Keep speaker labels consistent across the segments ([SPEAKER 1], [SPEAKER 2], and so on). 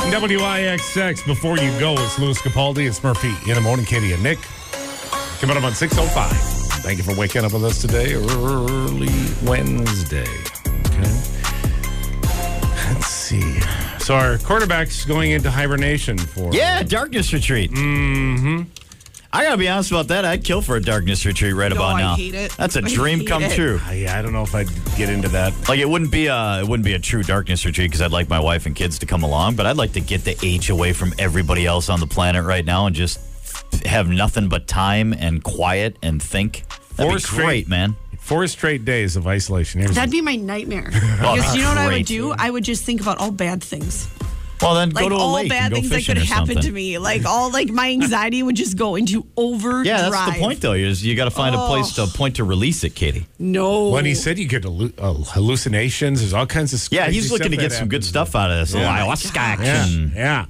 [SPEAKER 1] WIXX, before you go, it's Louis Capaldi. It's Murphy in the morning, Katie and Nick. Coming up on 6.05. Thank you for waking up with us today, early Wednesday. Okay. Let's see. So our quarterback's going into hibernation for...
[SPEAKER 2] Yeah, darkness retreat. Mm-hmm. I gotta be honest about that. I'd kill for a darkness retreat right
[SPEAKER 3] No,
[SPEAKER 2] about
[SPEAKER 3] I
[SPEAKER 2] now.
[SPEAKER 3] hate it.
[SPEAKER 2] That's a
[SPEAKER 3] I
[SPEAKER 2] dream
[SPEAKER 3] hate
[SPEAKER 2] come
[SPEAKER 3] it.
[SPEAKER 2] true.
[SPEAKER 1] I, I don't know if I'd get into that.
[SPEAKER 2] Like it wouldn't be a it wouldn't be a true darkness retreat because I'd like my wife and kids to come along, but I'd like to get the H away from everybody else on the planet right now and just have nothing but time and quiet and think. That'd
[SPEAKER 1] Four
[SPEAKER 2] be
[SPEAKER 1] straight-
[SPEAKER 2] great, man.
[SPEAKER 1] Four straight days of isolation. Here's
[SPEAKER 3] That'd be my nightmare. Because you know what I
[SPEAKER 2] Oh, great.
[SPEAKER 3] would do? I would just think about all bad things.
[SPEAKER 2] Well, then
[SPEAKER 3] Like
[SPEAKER 2] go to a
[SPEAKER 3] all
[SPEAKER 2] lake and
[SPEAKER 3] bad
[SPEAKER 2] go
[SPEAKER 3] things that
[SPEAKER 2] fishing
[SPEAKER 3] could
[SPEAKER 2] or
[SPEAKER 3] happen
[SPEAKER 2] something.
[SPEAKER 3] to me. Like all like my anxiety would just go into overdrive.
[SPEAKER 2] Yeah, that's the point though. Is you got to find a place to a point to release it, Katie.
[SPEAKER 3] No.
[SPEAKER 1] when he said you get hallu- uh, hallucinations, there's all kinds of
[SPEAKER 2] Yeah,
[SPEAKER 1] crazy
[SPEAKER 2] he's looking
[SPEAKER 1] stuff
[SPEAKER 2] to get
[SPEAKER 1] that
[SPEAKER 2] some good
[SPEAKER 1] happens.
[SPEAKER 2] stuff out of this.
[SPEAKER 1] Yeah.
[SPEAKER 2] Oh, ayahuasca
[SPEAKER 1] Yeah,
[SPEAKER 2] action.
[SPEAKER 1] yeah.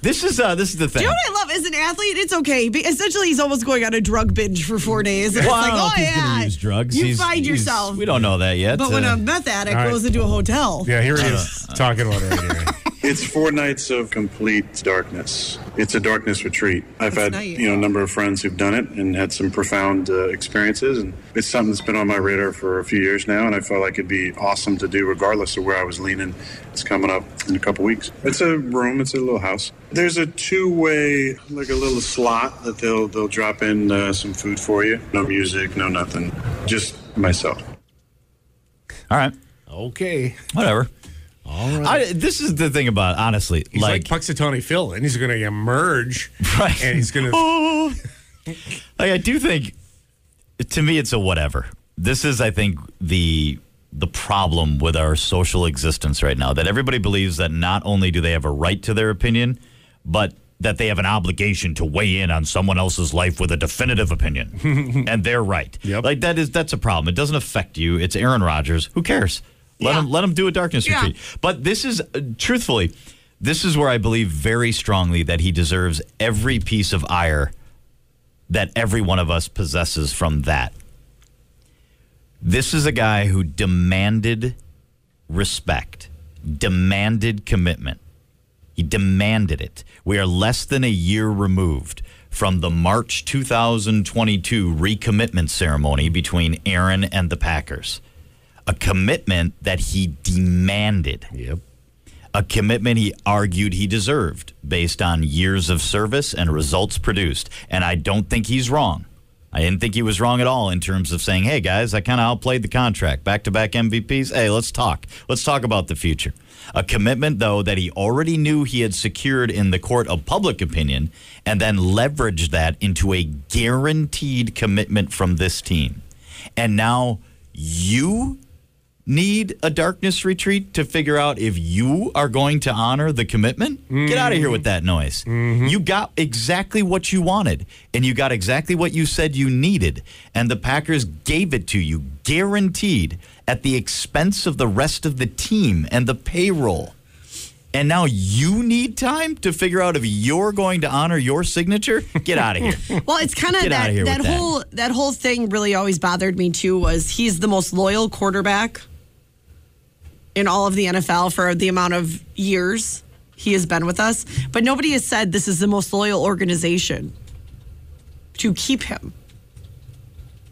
[SPEAKER 2] This is uh, this is the thing.
[SPEAKER 3] You know what I love? As an athlete, it's okay. Be- Essentially, he's almost going on a drug binge for four days. And
[SPEAKER 2] Well,
[SPEAKER 3] it's
[SPEAKER 2] I
[SPEAKER 3] like,
[SPEAKER 2] don't know
[SPEAKER 3] oh,
[SPEAKER 2] if he's
[SPEAKER 3] yeah.
[SPEAKER 2] gonna use drugs.
[SPEAKER 3] You
[SPEAKER 2] He's-
[SPEAKER 3] find
[SPEAKER 2] he's-
[SPEAKER 3] yourself.
[SPEAKER 2] We don't know that yet.
[SPEAKER 3] But when
[SPEAKER 2] Uh,
[SPEAKER 3] a meth addict
[SPEAKER 1] all right.
[SPEAKER 3] goes into a hotel,
[SPEAKER 1] Yeah, here he is talking about it right here.
[SPEAKER 4] It's four nights of complete darkness. It's a darkness retreat.
[SPEAKER 3] That's
[SPEAKER 4] I've had
[SPEAKER 3] nice.
[SPEAKER 4] you know a number of friends who've done it and had some profound uh, experiences, and it's something that's been on my radar for a few years now, and I felt like it'd be awesome to do regardless of where I was leaning. It's coming up in a couple weeks. It's a room. It's a little house. There's a two-way, like a little slot that they'll they'll drop in uh, some food for you. No music, no nothing. Just myself.
[SPEAKER 2] All right,
[SPEAKER 1] Okay.
[SPEAKER 2] whatever. All right. I, this is the thing about it, honestly,
[SPEAKER 1] He's like,
[SPEAKER 2] like,
[SPEAKER 1] Puxatawny Phil, and he's going to emerge,
[SPEAKER 2] Right.
[SPEAKER 1] and he's going to.
[SPEAKER 2] like, I do think, to me, it's a whatever. This is, I think, the the problem with our social existence right now that everybody believes that not only do they have a right to their opinion, but that they have an obligation to weigh in on someone else's life with a definitive opinion, and they're right.
[SPEAKER 1] Yep.
[SPEAKER 2] Like that is that's a problem. It doesn't affect you. It's Aaron Rodgers. Who cares? Let
[SPEAKER 3] Yeah.
[SPEAKER 2] him let him do a darkness
[SPEAKER 3] Yeah.
[SPEAKER 2] retreat. But this is, uh, truthfully, this is where I believe very strongly that he deserves every piece of ire that every one of us possesses from that. This is a guy who demanded respect, demanded commitment. He demanded it. We are less than a year removed from the March 2022 recommitment ceremony between Aaron and the Packers. A commitment that he demanded
[SPEAKER 1] Yep.
[SPEAKER 2] a commitment he argued he deserved based on years of service and results produced. And I don't think he's wrong. I didn't think he was wrong at all in terms of saying, hey, guys, I kind of outplayed the contract. Back to back MVPs. Hey, let's talk. Let's talk about the future. A commitment, though, that he already knew he had secured in the court of public opinion and then leveraged that into a guaranteed commitment from this team. And now you need a darkness retreat to figure out if you are going to honor the commitment? Get out of here with that noise. You got exactly what you wanted, and you got exactly what you said you needed, and the Packers gave it to you, guaranteed, at the expense of the rest of the team and the payroll. And now you need time to figure out if you're going to honor your signature? Get out of here.
[SPEAKER 3] Well, it's kind of
[SPEAKER 2] Get outta
[SPEAKER 3] that
[SPEAKER 2] here
[SPEAKER 3] that
[SPEAKER 2] with that.
[SPEAKER 3] whole that. whole thing really always bothered me too. Was he's the most loyal quarterback in all of the NFL for the amount of years he has been with us, but nobody has said this is the most loyal organization to keep him.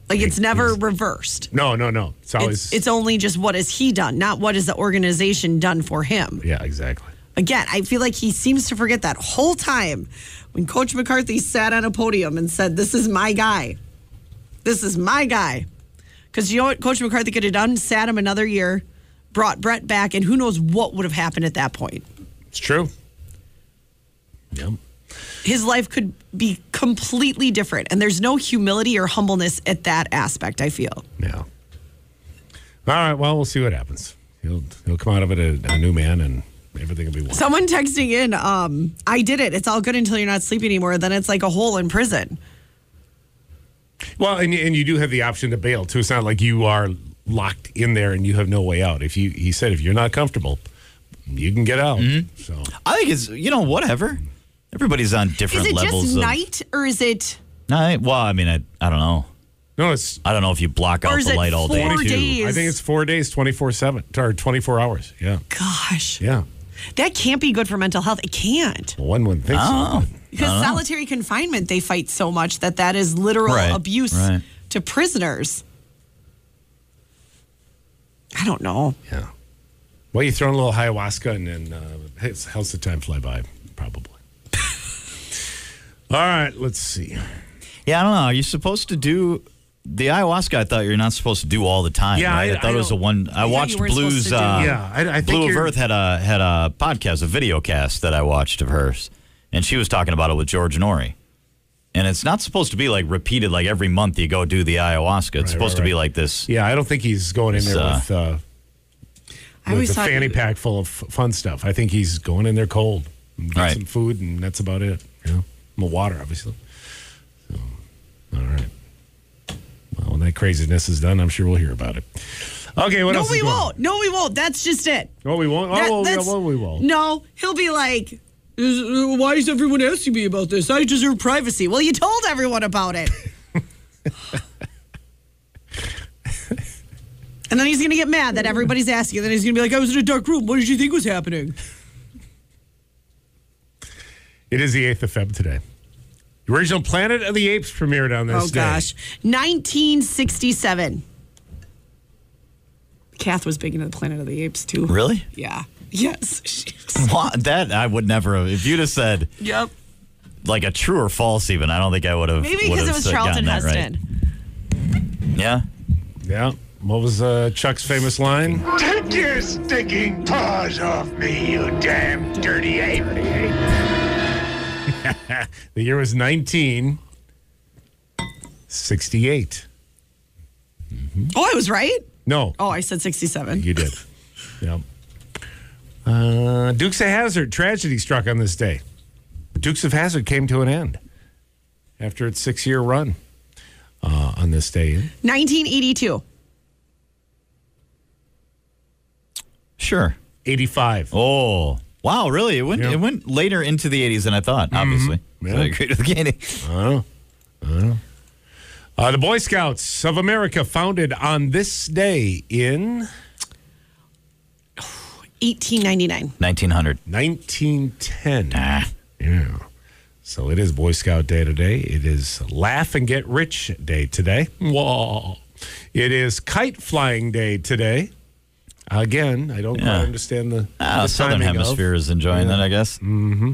[SPEAKER 3] Like it's never reversed.
[SPEAKER 1] No, no, no. It's always.
[SPEAKER 3] It's, it's only just what has he done, not what has the organization done for him.
[SPEAKER 1] yeah, exactly.
[SPEAKER 3] Again, I feel like he seems to forget that whole time when Coach McCarthy sat on a podium and said, This is my guy. This is my guy. Because you know what Coach McCarthy could have done? Sat him another year, brought Brett back, and who knows what would have happened at that point.
[SPEAKER 1] It's true. Yep.
[SPEAKER 3] His life could be completely different. And there's no humility or humbleness at that aspect, I feel.
[SPEAKER 1] Yeah. All right. Well, we'll see what happens. He'll he'll come out of it a, a new man, and everything will be wonderful.
[SPEAKER 3] Someone texting in, um, I did it. It's all good until you're not sleeping anymore. Then it's like a hole in prison.
[SPEAKER 1] Well, and and you do have the option to bail too. It's not like you are locked in there and you have no way out. If you he said if you're not comfortable, you can get out.
[SPEAKER 3] Mm-hmm.
[SPEAKER 1] So
[SPEAKER 2] I think it's, you know, whatever. Everybody's on
[SPEAKER 3] Is
[SPEAKER 2] different
[SPEAKER 3] it
[SPEAKER 2] levels
[SPEAKER 3] just
[SPEAKER 2] of
[SPEAKER 3] night or is it.
[SPEAKER 2] night. Well, I mean, I, I don't know.
[SPEAKER 1] no, it's
[SPEAKER 2] I don't know if you block
[SPEAKER 3] Or
[SPEAKER 2] out
[SPEAKER 3] is
[SPEAKER 2] the
[SPEAKER 3] it
[SPEAKER 2] light all day.
[SPEAKER 3] four
[SPEAKER 2] too.
[SPEAKER 3] days?
[SPEAKER 1] I think it's four days, twenty four seven or twenty four hours. Yeah,
[SPEAKER 3] Gosh.
[SPEAKER 1] yeah.
[SPEAKER 3] That can't be good for mental health. It can't.
[SPEAKER 1] One would think
[SPEAKER 2] Oh.
[SPEAKER 1] so.
[SPEAKER 3] Because solitary confinement, they fight so much that that is literal
[SPEAKER 2] Right,
[SPEAKER 3] abuse
[SPEAKER 2] right.
[SPEAKER 3] to prisoners. I don't know.
[SPEAKER 1] Yeah. Well, you throw in a little ayahuasca and then uh, hey, it's- how's the time fly by? Probably. All right, let's see.
[SPEAKER 2] Yeah, I don't know. Are you supposed to do the ayahuasca? I thought you're not supposed to do all the time.
[SPEAKER 1] Yeah,
[SPEAKER 2] right?
[SPEAKER 1] I-
[SPEAKER 2] I, thought
[SPEAKER 1] I
[SPEAKER 2] it was a
[SPEAKER 1] don't-
[SPEAKER 2] one. I
[SPEAKER 3] you
[SPEAKER 2] watched
[SPEAKER 3] weren't supposed
[SPEAKER 2] Blues.
[SPEAKER 3] to do-
[SPEAKER 2] Uh,
[SPEAKER 1] Yeah, I- I think
[SPEAKER 2] Blue of
[SPEAKER 1] you're-
[SPEAKER 2] Earth had a had a podcast, a video cast that I watched of hers, and she was talking about it with George Nori. And it's not supposed to be like repeated, like every month you go do the ayahuasca. It's
[SPEAKER 1] Right,
[SPEAKER 2] supposed
[SPEAKER 1] right,
[SPEAKER 2] to be
[SPEAKER 1] right.
[SPEAKER 2] like this.
[SPEAKER 1] Yeah, I don't think he's going in there
[SPEAKER 2] uh,
[SPEAKER 1] with, uh,
[SPEAKER 3] I
[SPEAKER 1] with
[SPEAKER 3] always
[SPEAKER 1] a
[SPEAKER 3] thought
[SPEAKER 1] fanny pack full of f- fun stuff. I think he's going in there cold, and get
[SPEAKER 2] Right.
[SPEAKER 1] some food, and that's about it. You know, the water, obviously. So, all right. Well, when that craziness is done, I'm sure we'll hear about it. Okay, what
[SPEAKER 3] No,
[SPEAKER 1] else? is
[SPEAKER 3] we
[SPEAKER 1] going on?
[SPEAKER 3] won't. No, we won't. That's just it.
[SPEAKER 1] Oh, we won't. Oh,
[SPEAKER 3] That-
[SPEAKER 1] well, yeah,
[SPEAKER 3] that's-
[SPEAKER 1] well, we won't.
[SPEAKER 3] No, he'll be like, "Is- uh, why is everyone asking me about this? I deserve privacy. Well, you told everyone about it. and then he's going to get mad that everybody's asking. And then he's going to be like, I was in a dark room. What did you think was happening?
[SPEAKER 1] It is the 8th of Feb today. The original Planet of the Apes premiered on this
[SPEAKER 3] Oh,
[SPEAKER 1] day.
[SPEAKER 3] gosh. 1967. Kath was big into the Planet of the Apes, too.
[SPEAKER 2] Really?
[SPEAKER 3] Yeah. Yes. she was.
[SPEAKER 2] What? That I would never. have If you'd have said
[SPEAKER 3] yep.
[SPEAKER 2] like a true or false, even I don't think I would have.
[SPEAKER 3] Maybe
[SPEAKER 2] would
[SPEAKER 3] because it
[SPEAKER 2] have
[SPEAKER 3] was
[SPEAKER 2] said- gotten
[SPEAKER 3] Charlton
[SPEAKER 2] that right.
[SPEAKER 3] Heston.
[SPEAKER 2] Yeah.
[SPEAKER 1] Yeah. What was uh, Chuck's famous line?
[SPEAKER 5] Take your stinking paws off me, you damn dirty ape.
[SPEAKER 1] The year was 1968.
[SPEAKER 3] Oh, I was right.
[SPEAKER 1] No,
[SPEAKER 3] Oh, I said 67.
[SPEAKER 1] you did. Yep. Uh, Dukes of Hazard tragedy struck on this day. Dukes of Hazard came to an end after its six-year run uh, on this day.
[SPEAKER 3] 1982.
[SPEAKER 2] Sure.
[SPEAKER 1] 85.
[SPEAKER 2] Oh. Wow, really? It went
[SPEAKER 1] Yeah. Mm-hmm.
[SPEAKER 2] it went later into the 80s than I thought, obviously.
[SPEAKER 1] Yeah.
[SPEAKER 2] So I agreed with Candy.
[SPEAKER 1] Uh-huh. Uh, the Boy Scouts of America founded on this day in
[SPEAKER 3] 1899.
[SPEAKER 2] 1900.
[SPEAKER 1] 1910. Yeah. So it is Boy Scout Day today. It is Laugh and Get Rich Day today. Whoa. It is Kite Flying Day today. Again, I don't quite
[SPEAKER 2] Yeah.
[SPEAKER 1] understand the,
[SPEAKER 2] Ah,
[SPEAKER 1] the
[SPEAKER 2] Southern
[SPEAKER 1] timing of-
[SPEAKER 2] Hemisphere is enjoying that, I guess. Mm-hmm.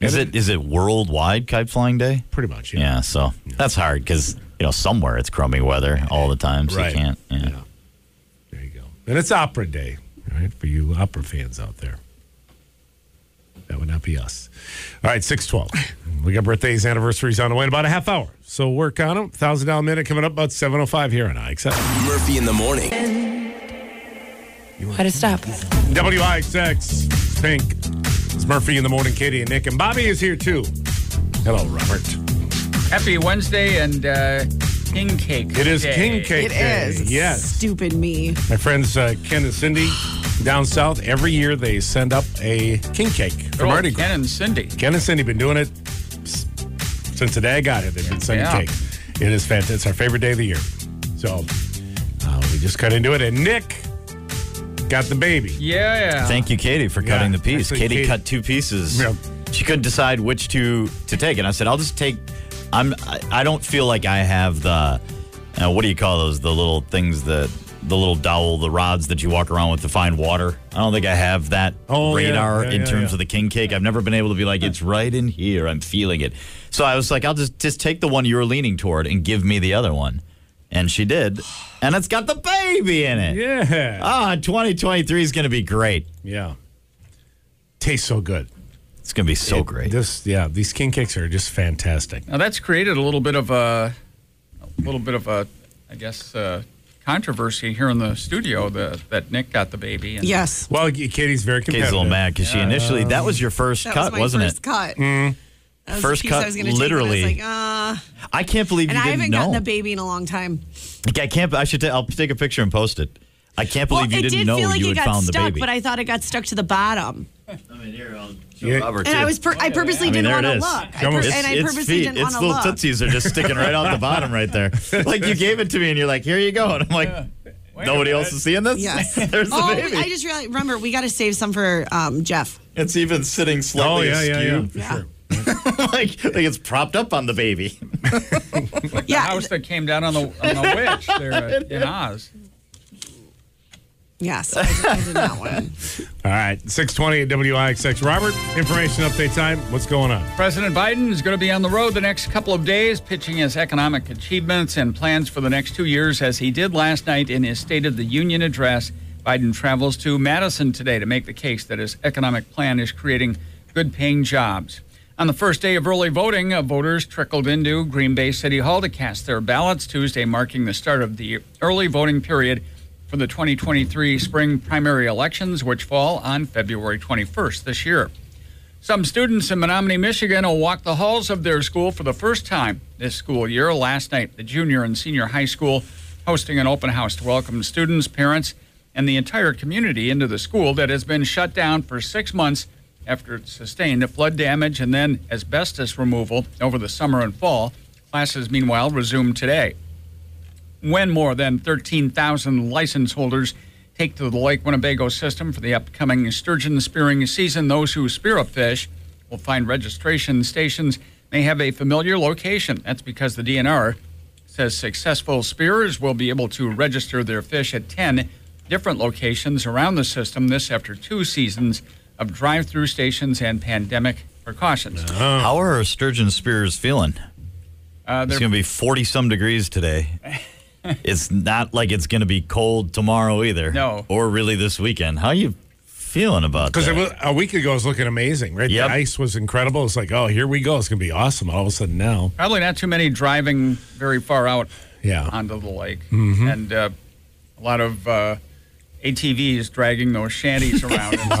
[SPEAKER 2] Is it is it worldwide kite flying day?
[SPEAKER 1] Pretty much,
[SPEAKER 2] Yeah,
[SPEAKER 1] yeah.
[SPEAKER 2] so that's hard because you know somewhere it's crummy weather all the time, so
[SPEAKER 1] Right.
[SPEAKER 2] you can't. Yeah.
[SPEAKER 1] There you go. And it's Opera Day, all right, for you opera fans out there. That would not be us. All right, 612. we got birthdays, anniversaries on the way in about a half hour. So work on them. $1,000 minute coming up about 7.05 here on IXX.
[SPEAKER 6] Murphy in the morning.
[SPEAKER 7] How to stop.
[SPEAKER 1] WIXX, Pink. It's Murphy in the morning, Katie and Nick. And Bobby is here too. Hello, Robert.
[SPEAKER 8] Happy Wednesday and uh, King Cake.
[SPEAKER 1] It is
[SPEAKER 8] Day.
[SPEAKER 1] King Cake
[SPEAKER 3] It
[SPEAKER 1] Day.
[SPEAKER 3] is.
[SPEAKER 1] Yes.
[SPEAKER 3] Stupid me.
[SPEAKER 1] My friends uh, Ken and Cindy down south, every year they send up a king cake for
[SPEAKER 8] Oh,
[SPEAKER 1] Mardi Gras.
[SPEAKER 8] Ken and Cindy.
[SPEAKER 1] Ken and Cindy been doing it s- since the day I got here. They've been sending
[SPEAKER 8] Yeah.
[SPEAKER 1] cake. It is fantastic. It's our favorite day of the year. So uh, we just cut into it. And Nick got the baby.
[SPEAKER 8] Yeah.
[SPEAKER 2] Thank you, Katie, for cutting the piece.
[SPEAKER 1] actually,
[SPEAKER 2] Katie,
[SPEAKER 1] Katie-
[SPEAKER 2] cut two pieces.
[SPEAKER 1] Yeah.
[SPEAKER 2] She couldn't decide which to to take, and I said, "I'll just take." I'm. I, I don't feel like I have the. Uh, what do you call those? The little things that the little dowel, the rods that you walk around with to find water. I don't think I have that
[SPEAKER 1] Oh, yeah,
[SPEAKER 2] radar
[SPEAKER 1] yeah,
[SPEAKER 2] in
[SPEAKER 1] yeah,
[SPEAKER 2] terms
[SPEAKER 1] yeah.
[SPEAKER 2] of the king cake. I've never been able to be like, it's right in here. I'm feeling it. So I was like, I'll just just take the one you're leaning toward and give me the other one, and she did, and it's got the baby in it.
[SPEAKER 1] Yeah.
[SPEAKER 2] Ah, 2023 is going to be great.
[SPEAKER 1] Yeah. Tastes so good.
[SPEAKER 2] It's going to be so great.
[SPEAKER 1] This, yeah, these king cakes are just fantastic.
[SPEAKER 8] Now that's created a little bit of a, a little bit of a, I guess, uh, controversy here in the studio that that Nick got the baby. And
[SPEAKER 3] Yes.
[SPEAKER 1] Well, y- Katie's very
[SPEAKER 2] Katie's
[SPEAKER 1] competitive.
[SPEAKER 2] a little mad because she initially, that was your first
[SPEAKER 3] That
[SPEAKER 2] cut,
[SPEAKER 3] was my
[SPEAKER 2] was not
[SPEAKER 3] first
[SPEAKER 2] it? Mm-hmm.
[SPEAKER 3] cut. That was the
[SPEAKER 2] First
[SPEAKER 3] piece
[SPEAKER 2] cut,
[SPEAKER 3] I was gonna take, but
[SPEAKER 2] literally.
[SPEAKER 3] I was like, uh,
[SPEAKER 2] I can't believe
[SPEAKER 3] and
[SPEAKER 2] you
[SPEAKER 3] I
[SPEAKER 2] didn't
[SPEAKER 3] haven't
[SPEAKER 2] know.
[SPEAKER 3] gotten a baby in a long time.
[SPEAKER 2] Like, I can't, I should, i I'll take a picture and post it. I can't
[SPEAKER 3] Well,
[SPEAKER 2] believe you
[SPEAKER 3] it
[SPEAKER 2] didn't
[SPEAKER 3] did
[SPEAKER 2] know
[SPEAKER 3] feel like
[SPEAKER 2] you
[SPEAKER 3] it
[SPEAKER 2] had
[SPEAKER 3] got
[SPEAKER 2] found
[SPEAKER 3] stuck,
[SPEAKER 2] the baby.
[SPEAKER 3] but I thought it got stuck to the bottom.
[SPEAKER 1] Yeah.
[SPEAKER 2] Robert,
[SPEAKER 3] And I
[SPEAKER 2] too.
[SPEAKER 3] was per- I purposely
[SPEAKER 2] I mean,
[SPEAKER 3] didn't
[SPEAKER 2] there it
[SPEAKER 3] want to
[SPEAKER 2] is.
[SPEAKER 3] look. I
[SPEAKER 1] Come
[SPEAKER 3] pur-
[SPEAKER 1] on.
[SPEAKER 3] and I
[SPEAKER 2] it's
[SPEAKER 3] purposely
[SPEAKER 2] feet,
[SPEAKER 3] didn't
[SPEAKER 2] its
[SPEAKER 3] want to
[SPEAKER 2] little
[SPEAKER 3] look.
[SPEAKER 2] tootsies are just sticking right out the bottom right there. Like you gave it to me and you're like, here you go. And I'm like,
[SPEAKER 8] Wait a
[SPEAKER 2] Nobody else
[SPEAKER 8] minute.
[SPEAKER 2] is seeing this?
[SPEAKER 3] Yes.
[SPEAKER 2] There's the
[SPEAKER 3] oh,
[SPEAKER 2] baby.
[SPEAKER 3] I just realized, remember, we got to save some for um, Jeff.
[SPEAKER 2] it's even sitting
[SPEAKER 1] Oh,
[SPEAKER 2] slightly
[SPEAKER 1] yeah, yeah, yeah.
[SPEAKER 2] askew.
[SPEAKER 1] For sure.
[SPEAKER 2] like, like it's propped up on the baby.
[SPEAKER 8] The
[SPEAKER 3] yeah.
[SPEAKER 8] house that came down on the, on the witch there uh, in Oz.
[SPEAKER 3] Yes. I did, I did that one.
[SPEAKER 1] All right. 620 at WIXX. Robert, information update time. What's going on?
[SPEAKER 8] President Biden is going to be on the road the next couple of days, pitching his economic achievements and plans for the next two years, as he did last night in his State of the Union address. Biden travels to Madison today to make the case that his economic plan is creating good paying jobs. On the first day of early voting, uh, voters trickled into Green Bay City Hall to cast their ballots Tuesday, marking the start of the early voting period for the 2023 spring primary elections, which fall on February 21st this year. Some students in Menominee, Michigan will walk the halls of their school for the first time this school year. Last night, the junior and senior high school hosting an open house to welcome students, parents, and the entire community into the school that has been shut down for six months after it sustained flood damage and then asbestos removal over the summer and fall. Classes, meanwhile, resume today when more than 13,000 license holders take to the Lake Winnebago system for the upcoming sturgeon spearing season. Those who spear a fish will find registration stations may have a familiar location. That's because the DNR says successful spearers will be able to register their fish at 10 different locations around the system. This after two seasons of drive through stations and pandemic precautions.
[SPEAKER 2] How are our sturgeon spears feeling?
[SPEAKER 8] Uh,
[SPEAKER 2] It's
[SPEAKER 8] they're
[SPEAKER 2] going to be 40 some degrees today. it's not like it's going to be cold tomorrow either.
[SPEAKER 8] No.
[SPEAKER 2] Or really this weekend. How you feeling about
[SPEAKER 1] Because
[SPEAKER 2] that?
[SPEAKER 1] it was a week ago, it was looking amazing, right?
[SPEAKER 2] Yep.
[SPEAKER 1] The ice was incredible. It's like, oh, here we go. It's going to be awesome. All of a sudden now,
[SPEAKER 8] Probably not too many driving very far out
[SPEAKER 1] Yeah. Mm-hmm.
[SPEAKER 8] onto the lake. And uh, a lot of uh, ATVs dragging those shanties around. and
[SPEAKER 1] oh
[SPEAKER 8] stuff.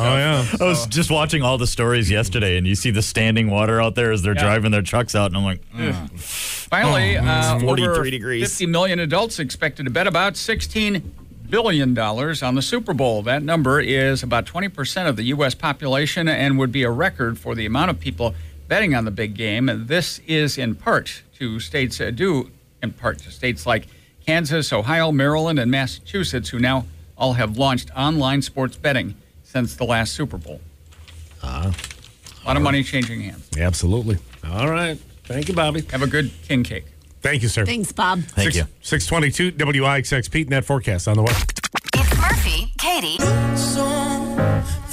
[SPEAKER 2] I
[SPEAKER 1] yeah,
[SPEAKER 2] was just watching all the stories yesterday, and you see the standing water out there as they're
[SPEAKER 8] Yeah.
[SPEAKER 2] driving their trucks out, and I'm like, "Hmm.
[SPEAKER 8] Finally, uh,
[SPEAKER 2] it's 43
[SPEAKER 8] over
[SPEAKER 2] degrees.
[SPEAKER 8] 50 million adults expected to bet about $16 billion on the Super Bowl. That number is about 20% of the U.S. population and would be a record for the amount of people betting on the big game. This is in part to states, uh, due in part to states like Kansas, Ohio, Maryland, and Massachusetts, who now all have launched online sports betting since the last Super Bowl. a lot of money changing hands.
[SPEAKER 1] absolutely. All right. Thank you, Bobby.
[SPEAKER 8] Have a good king cake.
[SPEAKER 1] Thank you, sir.
[SPEAKER 3] Thanks, Bob.
[SPEAKER 2] thank
[SPEAKER 1] Six-
[SPEAKER 2] you.
[SPEAKER 1] 622 WIXX Pete Net E Forecast on the way.
[SPEAKER 6] It's Murphy, Katie,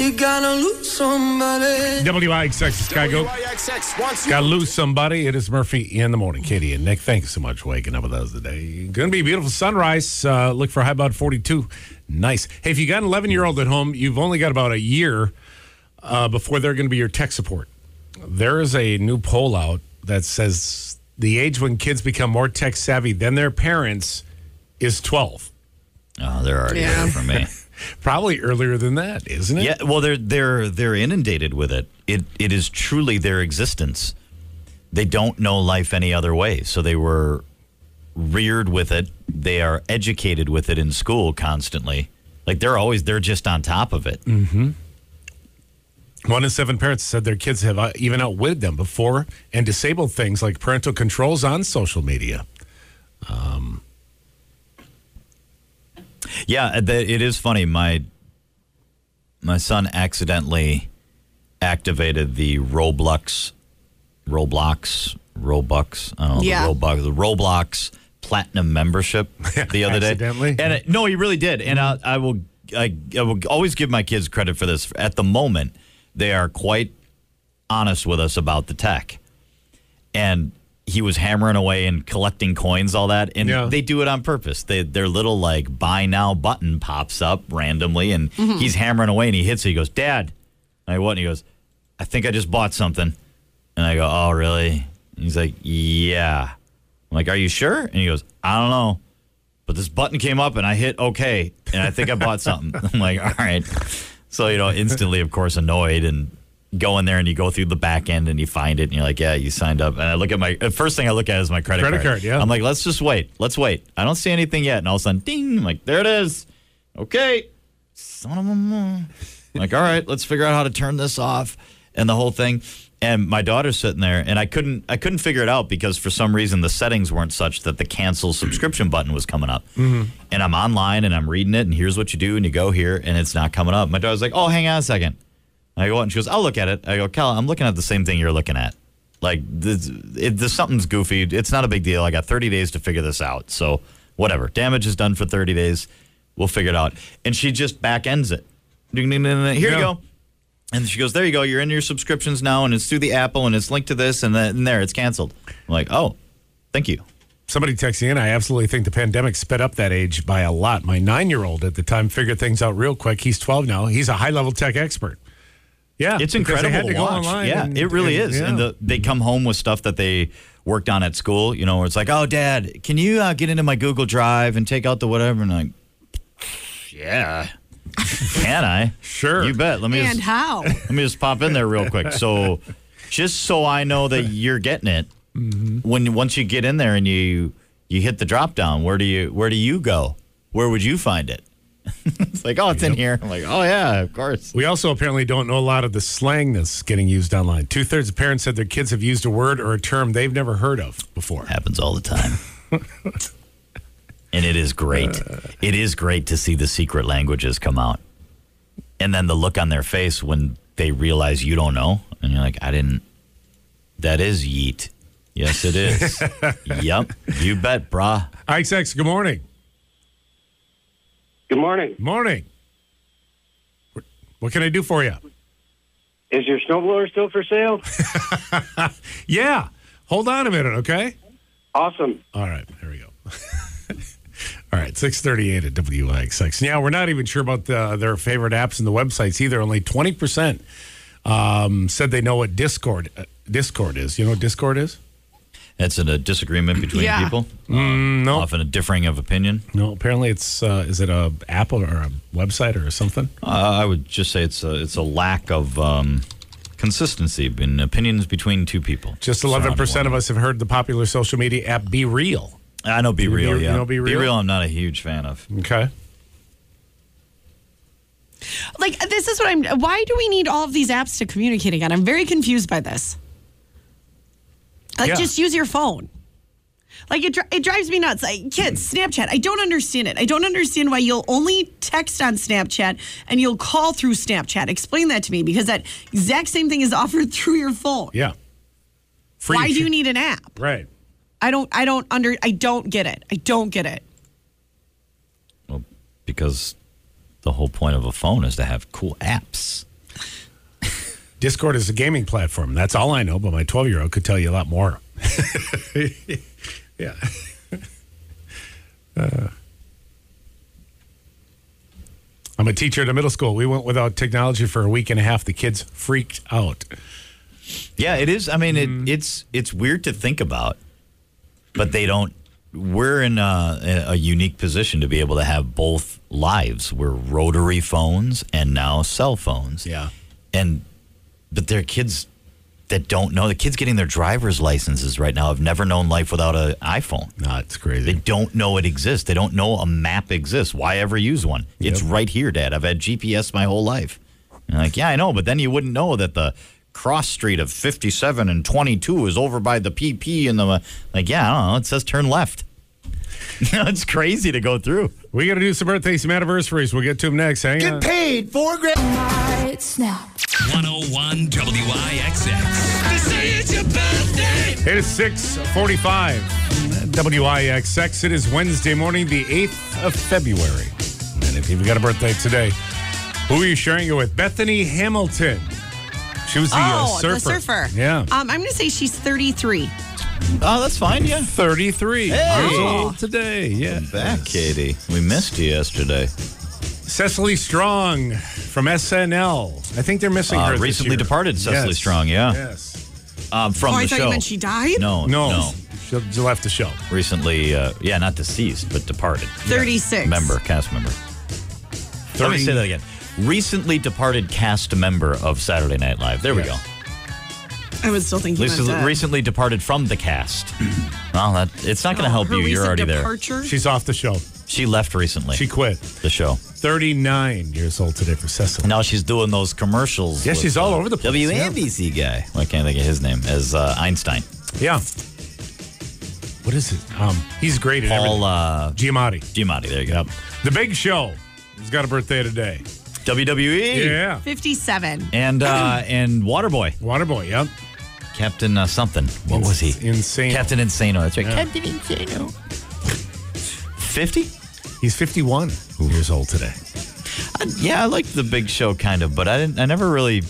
[SPEAKER 7] You gotta lose somebody.
[SPEAKER 1] WIXX Chicago.
[SPEAKER 9] WIXX wants you.
[SPEAKER 1] Got to lose somebody. It is Murphy in the morning. Katie and Nick, thank you so much for waking up with us today. Going to be a beautiful sunrise. Uh, look for a high about 42. Nice. Hey, if you got an 11 year old at home, you've only got about a year uh, before they're going to be your tech support. There is a new poll out that says the age when kids become more tech savvy than their parents is 12.
[SPEAKER 2] Oh, they're already
[SPEAKER 3] Yeah.
[SPEAKER 2] there for me.
[SPEAKER 1] Probably earlier than that, isn't it?
[SPEAKER 2] yeah, well, they're they're they're inundated with it. It it is truly their existence. They don't know life any other way, so they were reared with it. They are educated with it in school constantly. Like they're always they're just on top of it.
[SPEAKER 1] One in seven parents said their kids have uh, even outwitted them before and disabled things like parental controls on social media.
[SPEAKER 2] Yeah, th- it is funny. My my son accidentally activated the Roblox, Roblox, Robux. I don't know
[SPEAKER 3] Yeah.
[SPEAKER 2] the Roblox, the Roblox Platinum membership the other day.
[SPEAKER 1] Accidentally?
[SPEAKER 2] and it, no, he really did. And I, I will, I, I will always give my kids credit for this. At the moment, they are quite honest with us about the tech, and he was hammering away and collecting coins, all that, and
[SPEAKER 1] Yeah.
[SPEAKER 2] they do it on purpose. They, their little like buy now button pops up randomly, and he's hammering away and he hits it. He goes, "Dad," and I what? And he goes, "I think I just bought something," and I go, "Oh, really?" And he's like, "Yeah." I'm like, "Are you sure?" And he goes, "I don't know." but this button came up and I hit OK, and I think I bought something. I'm like, all right. So you know, instantly, of course, annoyed and go in there and you go through the back end and you find it and you're like, yeah, you signed up. And I look at my the first thing I look at is my credit,
[SPEAKER 1] Credit
[SPEAKER 2] card.
[SPEAKER 1] card, yeah.
[SPEAKER 2] I'm like, let's just wait. Let's wait. I don't see anything yet. And all of a sudden, ding! I'm like, there it is. Okay. Son of a. mo- I'm like, all right, let's figure out how to turn this off. and the whole thing. And my daughter's sitting there, and I couldn't I couldn't figure it out because for some reason the settings weren't such that the cancel subscription button was coming up. And I'm online and I'm reading it, and here's what you do, and you go here, and it's not coming up. My daughter's like, "Oh, hang on a second. And I go out and she goes, I'll look at it. I go, Cal, I'm looking at the same thing you're looking at. Like, this, it, this something's goofy. It's not a big deal. I got 30 days to figure this out. So, whatever. Damage is done for 30 days. We'll figure it out. And she just back ends it. Ding, ding, ding, ding. Here
[SPEAKER 1] Yeah.
[SPEAKER 2] you go. And she goes, There you go. You're in your subscriptions now, and it's through the Apple, and it's linked to this, and then and there, it's canceled. I'm like, Oh, thank you.
[SPEAKER 1] Somebody texting in, I absolutely think the pandemic sped up that age by a lot. My nine year old at the time figured things out real quick. He's 12 now. He's a high level tech expert. Yeah.
[SPEAKER 2] It's
[SPEAKER 1] because
[SPEAKER 2] incredible
[SPEAKER 1] They had
[SPEAKER 2] to,
[SPEAKER 1] to go
[SPEAKER 2] watch.
[SPEAKER 1] online
[SPEAKER 2] yeah,
[SPEAKER 1] and-
[SPEAKER 2] it really
[SPEAKER 1] and-
[SPEAKER 2] is. And
[SPEAKER 1] yeah.
[SPEAKER 2] the, they come home with stuff that they worked on at school. You know, where it's like, "Oh, Dad, can you uh, get into my Google Drive and take out the whatever?" And like, yeah, can I?
[SPEAKER 1] Sure.
[SPEAKER 2] you bet. Let me
[SPEAKER 3] And
[SPEAKER 2] just,
[SPEAKER 3] how?
[SPEAKER 2] let me just pop in there real quick. So, just so I know that you're getting it,
[SPEAKER 1] Mm-hmm.
[SPEAKER 2] when once you get in there and you you hit the drop down, where do you where do you go? Where would you find it? it's like, oh, it's in here. I'm like, oh yeah, of course.
[SPEAKER 1] We also apparently don't know a lot of the slang that's getting used online. Two thirds of parents said their kids have used a word or a term they've never heard of before.
[SPEAKER 2] happens all the time. and it is great. it is great to see the secret languages come out. And then the look on their face when they realize you don't know. And you're like, I didn't. That is yeet. Yes, it is. yep. You bet, brah.
[SPEAKER 1] IXX, good morning.
[SPEAKER 9] Good morning.
[SPEAKER 1] Morning. What can I do for you?
[SPEAKER 9] Is your snowblower still for sale?
[SPEAKER 1] Yeah. Hold on a minute, okay?
[SPEAKER 9] awesome.
[SPEAKER 1] All right, there we go. All right, 638 at WIXX. Yeah, we're not even sure about the, their favorite apps and the websites either. Only 20% um, said they know what Discord uh, Discord is. You know what Discord is?
[SPEAKER 2] That's in a disagreement between
[SPEAKER 3] Yeah.
[SPEAKER 2] people. Uh,
[SPEAKER 1] no.
[SPEAKER 2] Often a differing of opinion.
[SPEAKER 1] No, apparently it's, uh, is it a app or a website or something?
[SPEAKER 2] Uh, I would just say it's a, it's a lack of um, consistency in opinions between two people.
[SPEAKER 1] Just 11%
[SPEAKER 2] Surrounding
[SPEAKER 1] of us have heard the popular social media app Be Real.
[SPEAKER 2] one. I know Be Real,
[SPEAKER 1] you
[SPEAKER 2] yeah.
[SPEAKER 1] know Be
[SPEAKER 2] Be
[SPEAKER 1] Real?
[SPEAKER 2] Real, I'm not a huge fan of.
[SPEAKER 1] Okay.
[SPEAKER 3] Like, this is what I'm. Why do we need all of these apps to communicate again? I'm very confused by this. Like,
[SPEAKER 1] Yeah.
[SPEAKER 3] just use your phone. Like, it, dri- it drives me nuts. Like, kids, Snapchat, I don't understand it. I don't understand why you'll only text on Snapchat and you'll call through Snapchat. Explain that to me because that exact same thing is offered through your phone.
[SPEAKER 1] Yeah. Free
[SPEAKER 3] Why do you need an app?
[SPEAKER 1] Right.
[SPEAKER 3] I don't I don't under I don't get it. I don't get it.
[SPEAKER 2] Well, because the whole point of a phone is to have cool apps.
[SPEAKER 1] Discord is a gaming platform. That's all I know, but my 12 year old could tell you a lot more. yeah. Uh, I'm a teacher at a middle school. We went without technology for a week and a half. The kids freaked out.
[SPEAKER 2] Yeah, it is. I mean,
[SPEAKER 1] Mm.
[SPEAKER 2] it, it's it's weird to think about, but they don't. We're in a, a unique position to be able to have both lives. We're rotary phones and now cell phones.
[SPEAKER 1] Yeah.
[SPEAKER 2] and but there are kids that don't know. The kids getting their driver's licenses right now have never known life without an iPhone.
[SPEAKER 1] No, it's
[SPEAKER 2] They
[SPEAKER 1] crazy.
[SPEAKER 2] don't know it exists. They don't know a map exists. Why ever use one? It's right here, Dad. I've had GPS my whole life. And like, yeah, I know, but then you wouldn't know that the cross street of 57 and 22 is over by the PP and the like. Yeah, I don't know. It says turn left. You know, it's crazy to go through.
[SPEAKER 1] We got to do some birthdays, some anniversaries. We'll get to them next. Hang on.
[SPEAKER 2] paid four grand.
[SPEAKER 6] It's now.
[SPEAKER 10] 101 WIXX. This is your birthday.
[SPEAKER 1] It is 645 WIXX. It is Wednesday morning, the 8th of February. And if you've got a birthday today, who are you sharing it with? Bethany Hamilton. She was the,
[SPEAKER 3] oh,
[SPEAKER 1] uh, surfer.
[SPEAKER 3] the surfer.
[SPEAKER 1] Yeah.
[SPEAKER 3] Um, I'm gonna say she's 33.
[SPEAKER 2] Oh, that's fine. Yeah.
[SPEAKER 1] 33 years
[SPEAKER 2] Hey.
[SPEAKER 1] old today. Yeah.
[SPEAKER 2] Back, Katie. We missed you yesterday.
[SPEAKER 1] Cecily Strong from SNL. I think they're missing
[SPEAKER 2] Uh,
[SPEAKER 1] her. this
[SPEAKER 2] recently
[SPEAKER 1] year.
[SPEAKER 2] departed Cecily Strong, yeah.
[SPEAKER 1] Yes.
[SPEAKER 2] Um, from
[SPEAKER 3] oh,
[SPEAKER 2] the
[SPEAKER 3] I thought
[SPEAKER 2] show.
[SPEAKER 3] you meant she died.
[SPEAKER 2] no,
[SPEAKER 1] No,
[SPEAKER 2] no. no.
[SPEAKER 1] She, she left the show.
[SPEAKER 2] Recently, uh, yeah, not deceased, but departed.
[SPEAKER 3] 36.
[SPEAKER 2] member, cast member. Let me say that again. Recently departed cast member of Saturday Night Live. There we
[SPEAKER 1] Yes.
[SPEAKER 2] go.
[SPEAKER 3] I would still think you
[SPEAKER 2] Lisa
[SPEAKER 3] meant that.
[SPEAKER 2] recently departed from the cast. well, that it's not going to help
[SPEAKER 3] Oh, Her
[SPEAKER 2] you. You're
[SPEAKER 3] recent
[SPEAKER 2] already
[SPEAKER 3] departure?
[SPEAKER 1] She's off the show.
[SPEAKER 2] there. She left recently.
[SPEAKER 1] She quit.
[SPEAKER 2] the show.
[SPEAKER 1] 39 years old today for Cecily.
[SPEAKER 2] Now she's doing those commercials.
[SPEAKER 1] Yeah,
[SPEAKER 2] with,
[SPEAKER 1] she's all
[SPEAKER 2] uh,
[SPEAKER 1] over the place, yeah.
[SPEAKER 2] WNBC guy. Well, I can't think of his name. As uh, Einstein.
[SPEAKER 1] Yeah. What is it? Um, he's great at
[SPEAKER 2] Paul
[SPEAKER 1] everything.
[SPEAKER 2] uh,
[SPEAKER 1] Giamatti.
[SPEAKER 2] Giamatti. There you go.
[SPEAKER 1] Yep. The Big Show. He's got a birthday today.
[SPEAKER 2] WWE.
[SPEAKER 1] Yeah.
[SPEAKER 3] 57.
[SPEAKER 2] E. And uh, and Waterboy.
[SPEAKER 1] Waterboy. Yep.
[SPEAKER 2] Captain uh, something. What was he?
[SPEAKER 1] Insane.
[SPEAKER 2] Captain Insano. That's right.
[SPEAKER 1] Yeah.
[SPEAKER 2] Captain Insano. 50?
[SPEAKER 1] He's 51 years old today.
[SPEAKER 2] Yeah, I liked the big show kind of, but I didn't I never really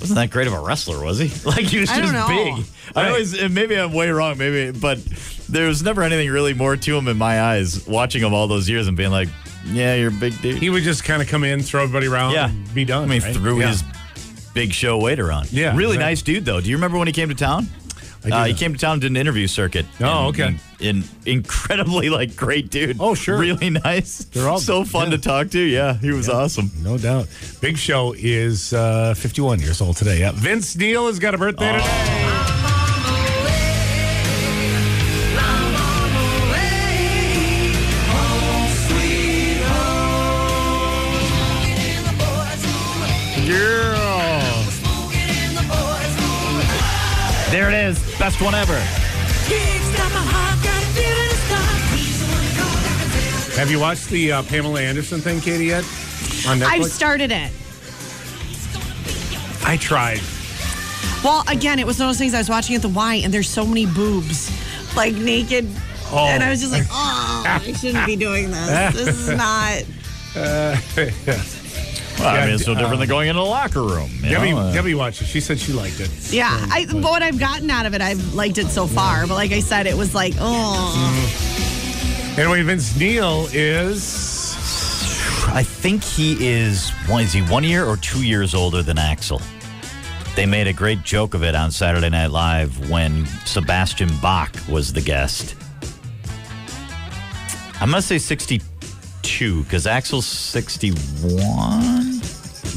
[SPEAKER 2] wasn't that great of a wrestler, was he? Like he was
[SPEAKER 3] I
[SPEAKER 2] just
[SPEAKER 3] don't know.
[SPEAKER 2] big. I
[SPEAKER 1] Right.
[SPEAKER 2] always and maybe I'm way wrong, maybe but there was never anything really more to him in my eyes watching him all those years and being like, Yeah, you're a big dude.
[SPEAKER 1] He would just kind of come in, throw everybody around,
[SPEAKER 2] yeah.
[SPEAKER 1] and be done.
[SPEAKER 2] I mean,
[SPEAKER 1] right?
[SPEAKER 2] threw
[SPEAKER 1] Yeah.
[SPEAKER 2] his big show weight around.
[SPEAKER 1] Yeah,
[SPEAKER 2] Really
[SPEAKER 1] exactly.
[SPEAKER 2] nice dude though. Do you remember when he came to town?
[SPEAKER 1] I do
[SPEAKER 2] Uh, he
[SPEAKER 1] know.
[SPEAKER 2] came to town and did an interview circuit.
[SPEAKER 1] Oh,
[SPEAKER 2] And-
[SPEAKER 1] okay.
[SPEAKER 2] And, and incredibly like great dude.
[SPEAKER 1] Oh, sure.
[SPEAKER 2] Really nice.
[SPEAKER 1] They're all-
[SPEAKER 2] so fun
[SPEAKER 1] yeah.
[SPEAKER 2] to talk to. Yeah, he was awesome.
[SPEAKER 1] No doubt. Big Show is uh, 51 years old today. Yeah. Vince Neil has got a birthday today. Girl.
[SPEAKER 2] There it is. Best one ever.
[SPEAKER 1] Have you watched the uh, Pamela Anderson thing, Katie, yet? On
[SPEAKER 3] I've
[SPEAKER 1] Netflix?
[SPEAKER 3] started it.
[SPEAKER 1] I tried.
[SPEAKER 3] Well, again, it was one of those things I was watching at the Y, and there's so many boobs, like naked.
[SPEAKER 1] Oh.
[SPEAKER 3] And I was just like, oh, I shouldn't be doing this. This is not.
[SPEAKER 2] Well,
[SPEAKER 1] Yeah, uh,
[SPEAKER 2] I mean, it's no different than going into a locker room. you
[SPEAKER 1] Debbie,
[SPEAKER 2] know? Uh,
[SPEAKER 1] Debbie watched it. She said she liked it.
[SPEAKER 3] Yeah. I, but what I've gotten out of it, I've liked it so far. But like I said, it was like, oh.
[SPEAKER 1] Anyway, Vince Neil is.
[SPEAKER 2] I think he is one. Is he one year or two years older than Axel? They made a great joke of it on Saturday Night Live when Sebastian Bach was the guest. I must say 62 because Axel's 61.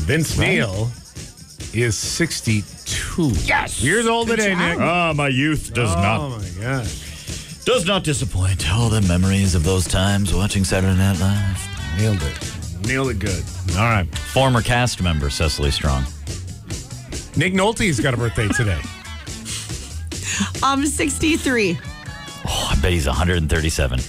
[SPEAKER 1] Vince Neil is 62. Yes. Years old today, Nick.
[SPEAKER 2] Ah, my youth does
[SPEAKER 1] Oh, my God.
[SPEAKER 2] does not disappoint. All the memories of those times watching Saturday Night Live.
[SPEAKER 1] Nailed it. Nailed it good. All right.
[SPEAKER 2] Former cast member Cecily Strong.
[SPEAKER 1] Nick Nolte's got a birthday today.
[SPEAKER 2] Mm.
[SPEAKER 3] Um, 63.
[SPEAKER 2] Oh, I bet he's 137.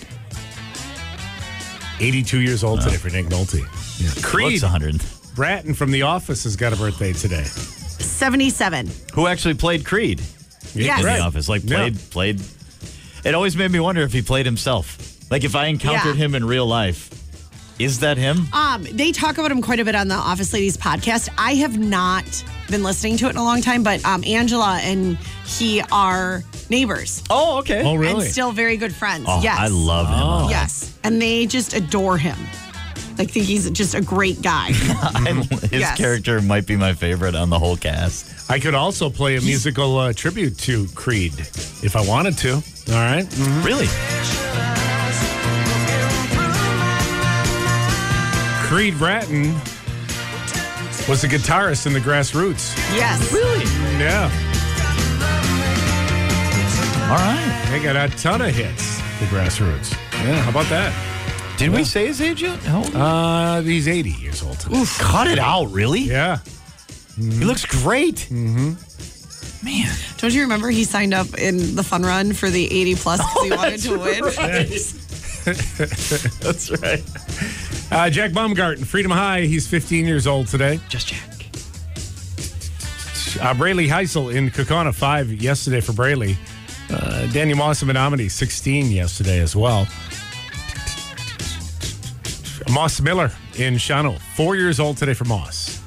[SPEAKER 1] 82 years old today for Nick Nolte. Yeah.
[SPEAKER 2] Looks
[SPEAKER 1] Creed
[SPEAKER 2] 100.
[SPEAKER 1] Bratton from The Office has got a birthday today.
[SPEAKER 3] 77.
[SPEAKER 2] Who actually played Creed
[SPEAKER 3] Yes.
[SPEAKER 2] in
[SPEAKER 1] Right.
[SPEAKER 2] the office? Like
[SPEAKER 1] Yeah.
[SPEAKER 2] played played. It always made me wonder if he played himself. Like if I encountered
[SPEAKER 3] Yeah.
[SPEAKER 2] him in real life, is that him?
[SPEAKER 3] Um, they talk about him quite a bit on the Office Ladies podcast. I have not been listening to it in a long time, but um, Angela and he are neighbors
[SPEAKER 2] Oh, okay.
[SPEAKER 1] Oh, really?
[SPEAKER 3] and still very good friends.
[SPEAKER 2] Oh,
[SPEAKER 3] yes.
[SPEAKER 2] I love him. Oh.
[SPEAKER 3] Yes. And they just adore him. Like think he's just a great guy.
[SPEAKER 2] His
[SPEAKER 3] Yes.
[SPEAKER 2] character might be my favorite on the whole cast.
[SPEAKER 1] I could also play a musical uh, tribute to Creed if I wanted to. All right.
[SPEAKER 2] Really?
[SPEAKER 1] Creed Bratton was a guitarist in the Grassroots.
[SPEAKER 3] yes.
[SPEAKER 2] Really?
[SPEAKER 1] Yeah.
[SPEAKER 2] All right.
[SPEAKER 1] They got a ton of hits, the Grassroots. Yeah. How about that?
[SPEAKER 2] Did we say his age yet? How old?
[SPEAKER 1] Uh, he's 80 years old today.
[SPEAKER 2] Cut it out, really?
[SPEAKER 1] Yeah.
[SPEAKER 2] He looks great. Mm-hmm. Man.
[SPEAKER 3] Don't you remember he signed up in the fun run for the 80 plus because he wanted to win?
[SPEAKER 2] That's right.
[SPEAKER 1] Uh, Jack Baumgarten, Freedom High. He's 15 years old today.
[SPEAKER 2] Just Jack.
[SPEAKER 1] Uh, Brayley Heisel in Kokona, 5 yesterday for Brayley. Uh, Daniel Moss of Menominee, 16 yesterday as well. Moss Miller in Shano, 4 years old today for Moss.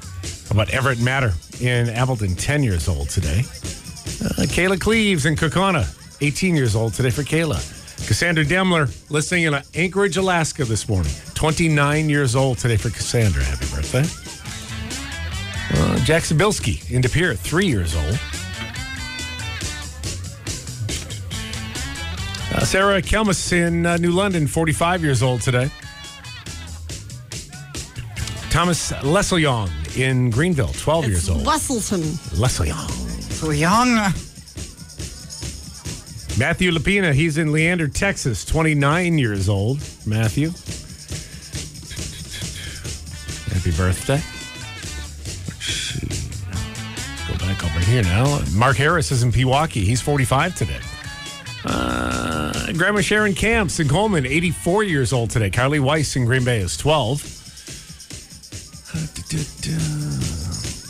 [SPEAKER 1] How about Everett Matter in Appleton, 10 years old today. Uh, Kayla Cleaves in Kokona, 18 years old today for Kayla. Cassandra Demler, listening in Anchorage, Alaska this morning, 29 years old today for Cassandra. Happy birthday. Uh, Jack Zabilski in De Pere, three years old. Uh, Sarah Kelmis in uh, New London, 45 years old today. Thomas Lesselyong in Greenville, 12 years old.
[SPEAKER 3] Wesselton.
[SPEAKER 1] Lesselyong.
[SPEAKER 2] So young.
[SPEAKER 1] Matthew Lapina, he's in Leander, Texas, 29 years old. Matthew. Happy birthday. Let's go back over here now. Mark Harris is in Pewaukee. He's 45 today. Uh, Grandma Sharon Camps in Coleman, 84 years old today. Carly Weiss in Green Bay is 12.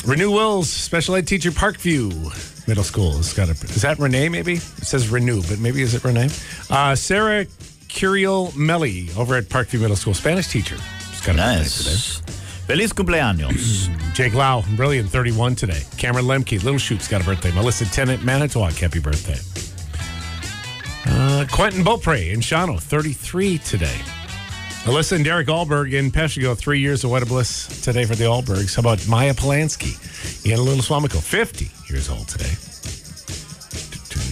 [SPEAKER 1] Renew Wills, special ed teacher, Parkview Middle School. Has got a, is that Renee, maybe? It says Renew, but maybe is it Renee? Uh, Sarah Curiel Melli over at Parkview Middle School, Spanish teacher. She's got a birthday today.
[SPEAKER 2] Nice. Feliz cumpleaños.
[SPEAKER 1] Jake Lau, brilliant, 31 today. Cameron Lemke, Little Shoot's got a birthday. Melissa Tennant, Manitowoc, happy birthday. Uh, Quentin Beaupre in Shawano, 33 today. Alyssa and Derek Allberg in Peshego, three years away to bliss today for the Allbergs. How about Maya Polanski in Little Swamico, 50 years old today.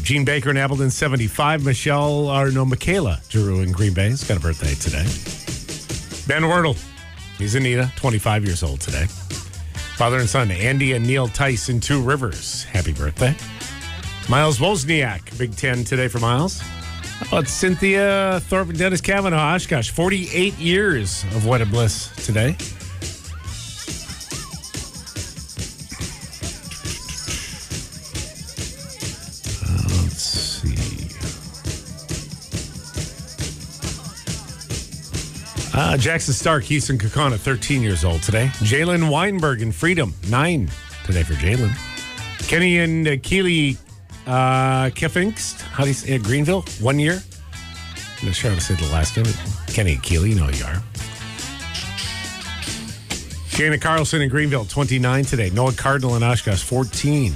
[SPEAKER 1] Gene Baker in Appleton, 75. Michelle, or no, Michaela Giroux in Green Bay has got a birthday today. Ben Wertle, he's in Nita, 25 years old today. Father and son, Andy and Neil Tice in Two Rivers. Happy birthday. Miles Wozniak, Big Ten today for Miles. How about Cynthia Thorpe and Dennis Kavanaugh, Oshkosh, 48 years of wedded bliss today. Uh, Let's see. Uh, Jackson Stark, Houston Kakana, 13 years old today. Jalen Weinberg in Freedom, 9 today for Jalen. Kenny and uh, Keely uh, Kefingst, how do you say uh, Greenville, 1 year. I'm not sure how to say the last name. but Kenny and Keely, you know who you are. Jana Carlson in Greenville, 29 today. Noah Cardinal in Oshkosh, 14.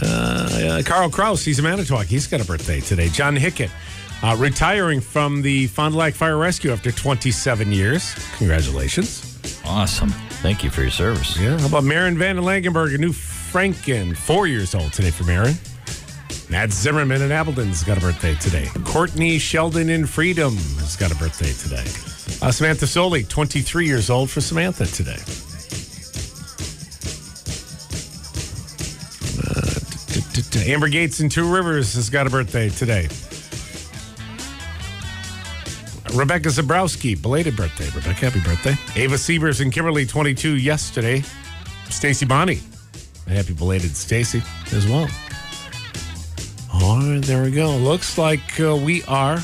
[SPEAKER 1] Uh, Carl Kraus, he's a Manitowoc. He's got a birthday today. John Hickett, uh, retiring from the Fond du Lac Fire Rescue after 27 years. Congratulations.
[SPEAKER 2] awesome. Thank you for your service.
[SPEAKER 1] Yeah. How about Marin Van den Langenberg, a new Franken, four years old today for Marin. Nat Zimmerman in Appleton's got a birthday today. Courtney Sheldon in Freedom has got a birthday today. Uh, Samantha Soli, 23 years old for Samantha today. Uh, Amber Gates in Two Rivers has got a birthday today. Rebecca Zabrowski, belated birthday. Rebecca, happy birthday. Ava Sievers and Kimberly, 22 yesterday. Stacy Bonnie, happy belated Stacy as well. All right, there we go. Looks like uh, we are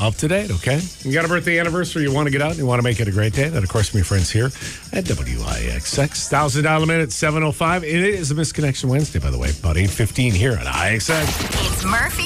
[SPEAKER 1] up to date, okay? You got a birthday anniversary, you want to get out, and you want to make it a great day. That, of course, from your friends here at WIXX. $1,000 minute, 705. It is a Misconnection Wednesday, by the way, about 815 here on IXX.
[SPEAKER 6] It's Murphy.